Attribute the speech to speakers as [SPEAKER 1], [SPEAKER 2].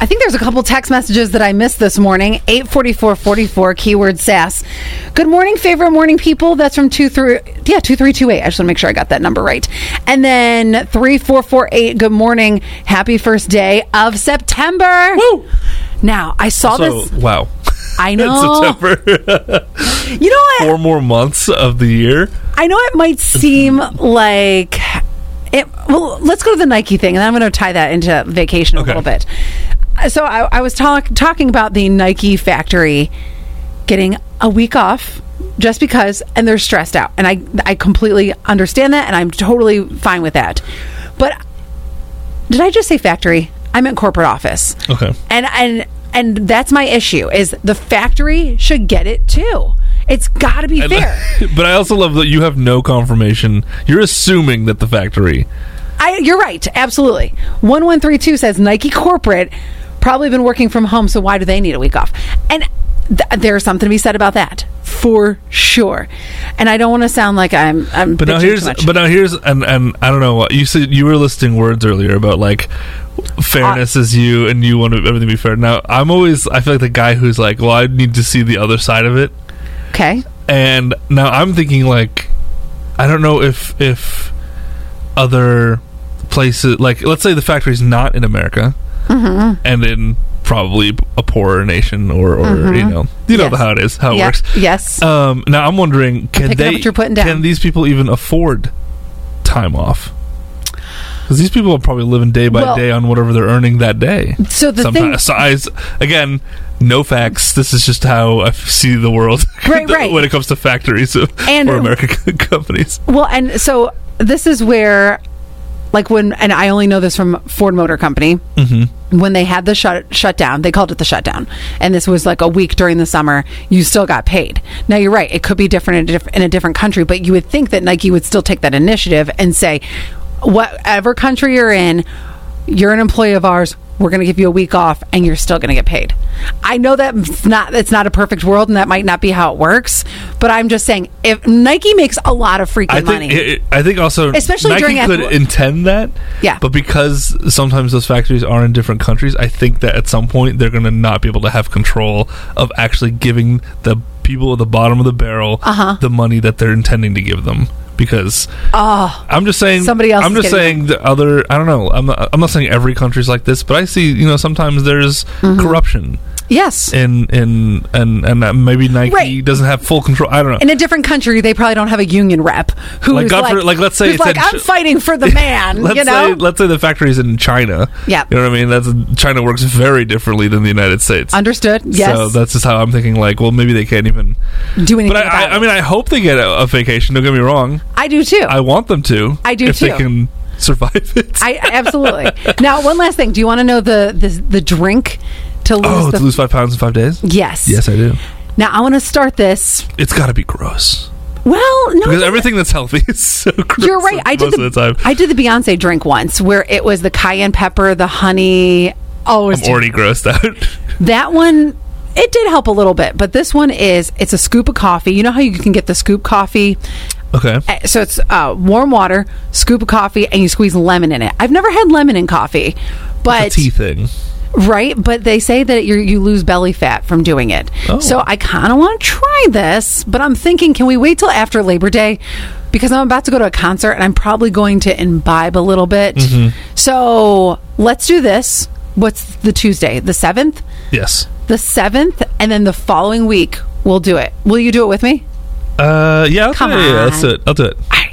[SPEAKER 1] I think there's a couple text messages that I missed this morning. 84444 keyword sass. Good morning, favorite morning people. That's from 2 through yeah, 2328. I just want to make sure I got that number right. And then 3448 good morning. Happy first day of September.
[SPEAKER 2] Woo!
[SPEAKER 1] Now, I saw
[SPEAKER 2] So
[SPEAKER 1] this Oh.
[SPEAKER 2] wow.
[SPEAKER 1] I
[SPEAKER 2] It's
[SPEAKER 1] know.
[SPEAKER 2] September.
[SPEAKER 1] You know what?
[SPEAKER 2] Four more months of the year.
[SPEAKER 1] I know it might seem like it. Well, let's go to the Nike thing, and then I'm going to tie that into vacation a
[SPEAKER 2] Okay.
[SPEAKER 1] little bit. Uh, So I, I was talk, talking about the Nike factory getting a week off just because, and they're stressed out, and I I completely understand that, and I'm totally fine with that. But did I just say factory? I meant corporate office.
[SPEAKER 2] Okay.
[SPEAKER 1] And and and that's my issue is the factory should get it too. It's got to be
[SPEAKER 2] I lo-
[SPEAKER 1] fair.
[SPEAKER 2] but I also love that you have no confirmation. You're assuming that the factory.
[SPEAKER 1] I, you're right. Absolutely. 1132 says Nike corporate probably been working from home, so why do they need a week off? And th- there's something to be said about that for sure. And I don't want to sound like I'm. I'm
[SPEAKER 2] But now
[SPEAKER 1] bitching
[SPEAKER 2] here's
[SPEAKER 1] Too much.
[SPEAKER 2] but now here's and and I don't know what you said you were listing words earlier about like fairness is you and you want to- everything to be fair. Now I'm always I feel like the guy who's like, well, I need to see the other side of it,
[SPEAKER 1] okay.
[SPEAKER 2] and now I'm thinking like, I don't know if if other places like let's say the factory's not in America
[SPEAKER 1] Mm-hmm.
[SPEAKER 2] and in probably a poorer nation or or you know you know
[SPEAKER 1] Mm-hmm. Yes.
[SPEAKER 2] how it is how it
[SPEAKER 1] Yeah.
[SPEAKER 2] works.
[SPEAKER 1] Yes.
[SPEAKER 2] Um, now I'm wondering, can
[SPEAKER 1] picking up
[SPEAKER 2] they?
[SPEAKER 1] what you're putting down.
[SPEAKER 2] Can these people even afford time off? Because these people are probably living day by
[SPEAKER 1] Well-
[SPEAKER 2] day on whatever they're earning that day.
[SPEAKER 1] So the
[SPEAKER 2] Sometimes, so I s- again, no facts. This is just how I f- see the world.
[SPEAKER 1] Right, right.
[SPEAKER 2] When it comes to factories
[SPEAKER 1] And-
[SPEAKER 2] and or American companies,
[SPEAKER 1] Well, and so this is where, like, when, and I only know this from Ford Motor Company. Mm-hmm. When they had the shut shutdown, they called it the shutdown, and this was like a week during the summer. You still got paid. Now you're right; it could be different in a, diff- in a different country, but you would think that Nike would still take that initiative and say, whatever country you're in, you're an employee of ours. We're going to give you a week off, and you're still going to get paid. I know that it's not it's not a perfect world, and that might not be how it works. But I'm just saying, if Nike makes a lot of freaking
[SPEAKER 2] I think.
[SPEAKER 1] money,
[SPEAKER 2] It, it- I think also,
[SPEAKER 1] Especially
[SPEAKER 2] Nike
[SPEAKER 1] during
[SPEAKER 2] could
[SPEAKER 1] athletic-
[SPEAKER 2] intend that.
[SPEAKER 1] Yeah.
[SPEAKER 2] But because sometimes those factories are in different countries, I think that at some point they're going to not be able to have control of actually giving the people at the bottom of the barrel
[SPEAKER 1] Uh-huh.
[SPEAKER 2] the money that they're intending to give them. Because I'm just saying
[SPEAKER 1] Oh. Somebody else
[SPEAKER 2] I'm
[SPEAKER 1] is
[SPEAKER 2] just
[SPEAKER 1] getting
[SPEAKER 2] saying the other. I don't know. I'm not, I'm not saying every country's like this, but I see. You know, sometimes there's
[SPEAKER 1] Mm-hmm.
[SPEAKER 2] corruption
[SPEAKER 1] yes,
[SPEAKER 2] in in and and uh, maybe Nike
[SPEAKER 1] Right.
[SPEAKER 2] doesn't have full control. I don't know.
[SPEAKER 1] in a different country, they probably don't have a union rep who's
[SPEAKER 2] Like,
[SPEAKER 1] like,
[SPEAKER 2] God for- like, let's say
[SPEAKER 1] who's
[SPEAKER 2] it's
[SPEAKER 1] like
[SPEAKER 2] in-
[SPEAKER 1] I'm fighting for the man,
[SPEAKER 2] let's
[SPEAKER 1] you know.
[SPEAKER 2] say let's say the factory's in China.
[SPEAKER 1] Yeah.
[SPEAKER 2] you know what I mean. That's China works very differently than the United States.
[SPEAKER 1] Understood. Yes.
[SPEAKER 2] So that's just how I'm thinking. Like, well, maybe they can't even.
[SPEAKER 1] Do anything
[SPEAKER 2] But
[SPEAKER 1] about
[SPEAKER 2] I, I, I
[SPEAKER 1] it.
[SPEAKER 2] mean, I hope they get a, a vacation. Don't get me wrong.
[SPEAKER 1] I do too.
[SPEAKER 2] I want them to.
[SPEAKER 1] I do
[SPEAKER 2] if
[SPEAKER 1] too.
[SPEAKER 2] They can survive it.
[SPEAKER 1] I absolutely. now, one last thing. Do you want to know the the, the drink to lose
[SPEAKER 2] oh,
[SPEAKER 1] the
[SPEAKER 2] to lose five pounds in five days.
[SPEAKER 1] yes
[SPEAKER 2] Yes, I do.
[SPEAKER 1] Now I want to start this.
[SPEAKER 2] It's got to be gross
[SPEAKER 1] Well, no,
[SPEAKER 2] because
[SPEAKER 1] it
[SPEAKER 2] everything that's healthy is so gross.
[SPEAKER 1] You're right. I did
[SPEAKER 2] most
[SPEAKER 1] the,
[SPEAKER 2] of the time.
[SPEAKER 1] I did the Beyonce drink once, where it was the cayenne pepper, the honey. Oh, it was
[SPEAKER 2] I'm already grossed out.
[SPEAKER 1] that one. It did help a little bit, but this one is it's a scoop of coffee. You know how you can get the scoop coffee.
[SPEAKER 2] okay.
[SPEAKER 1] Uh, So it's uh, warm water, scoop of coffee, and you squeeze lemon in it. I've never had lemon in coffee, but
[SPEAKER 2] Tea thing.
[SPEAKER 1] right. But they say that you you lose belly fat from doing it.
[SPEAKER 2] Oh.
[SPEAKER 1] So I kind of want to try this, but I'm thinking, can we wait till after Labor Day? Because I'm about to go to a concert and I'm probably going to imbibe a little bit.
[SPEAKER 2] Mm-hmm.
[SPEAKER 1] So let's do this. What's the Tuesday? The seventh,
[SPEAKER 2] Yes.
[SPEAKER 1] the seventh, and then the following week we'll do it. Will you do it with me?
[SPEAKER 2] Uh, yeah. I'll
[SPEAKER 1] Come
[SPEAKER 2] do it. Yeah, let's
[SPEAKER 1] on.
[SPEAKER 2] do it. I'll do it.
[SPEAKER 1] I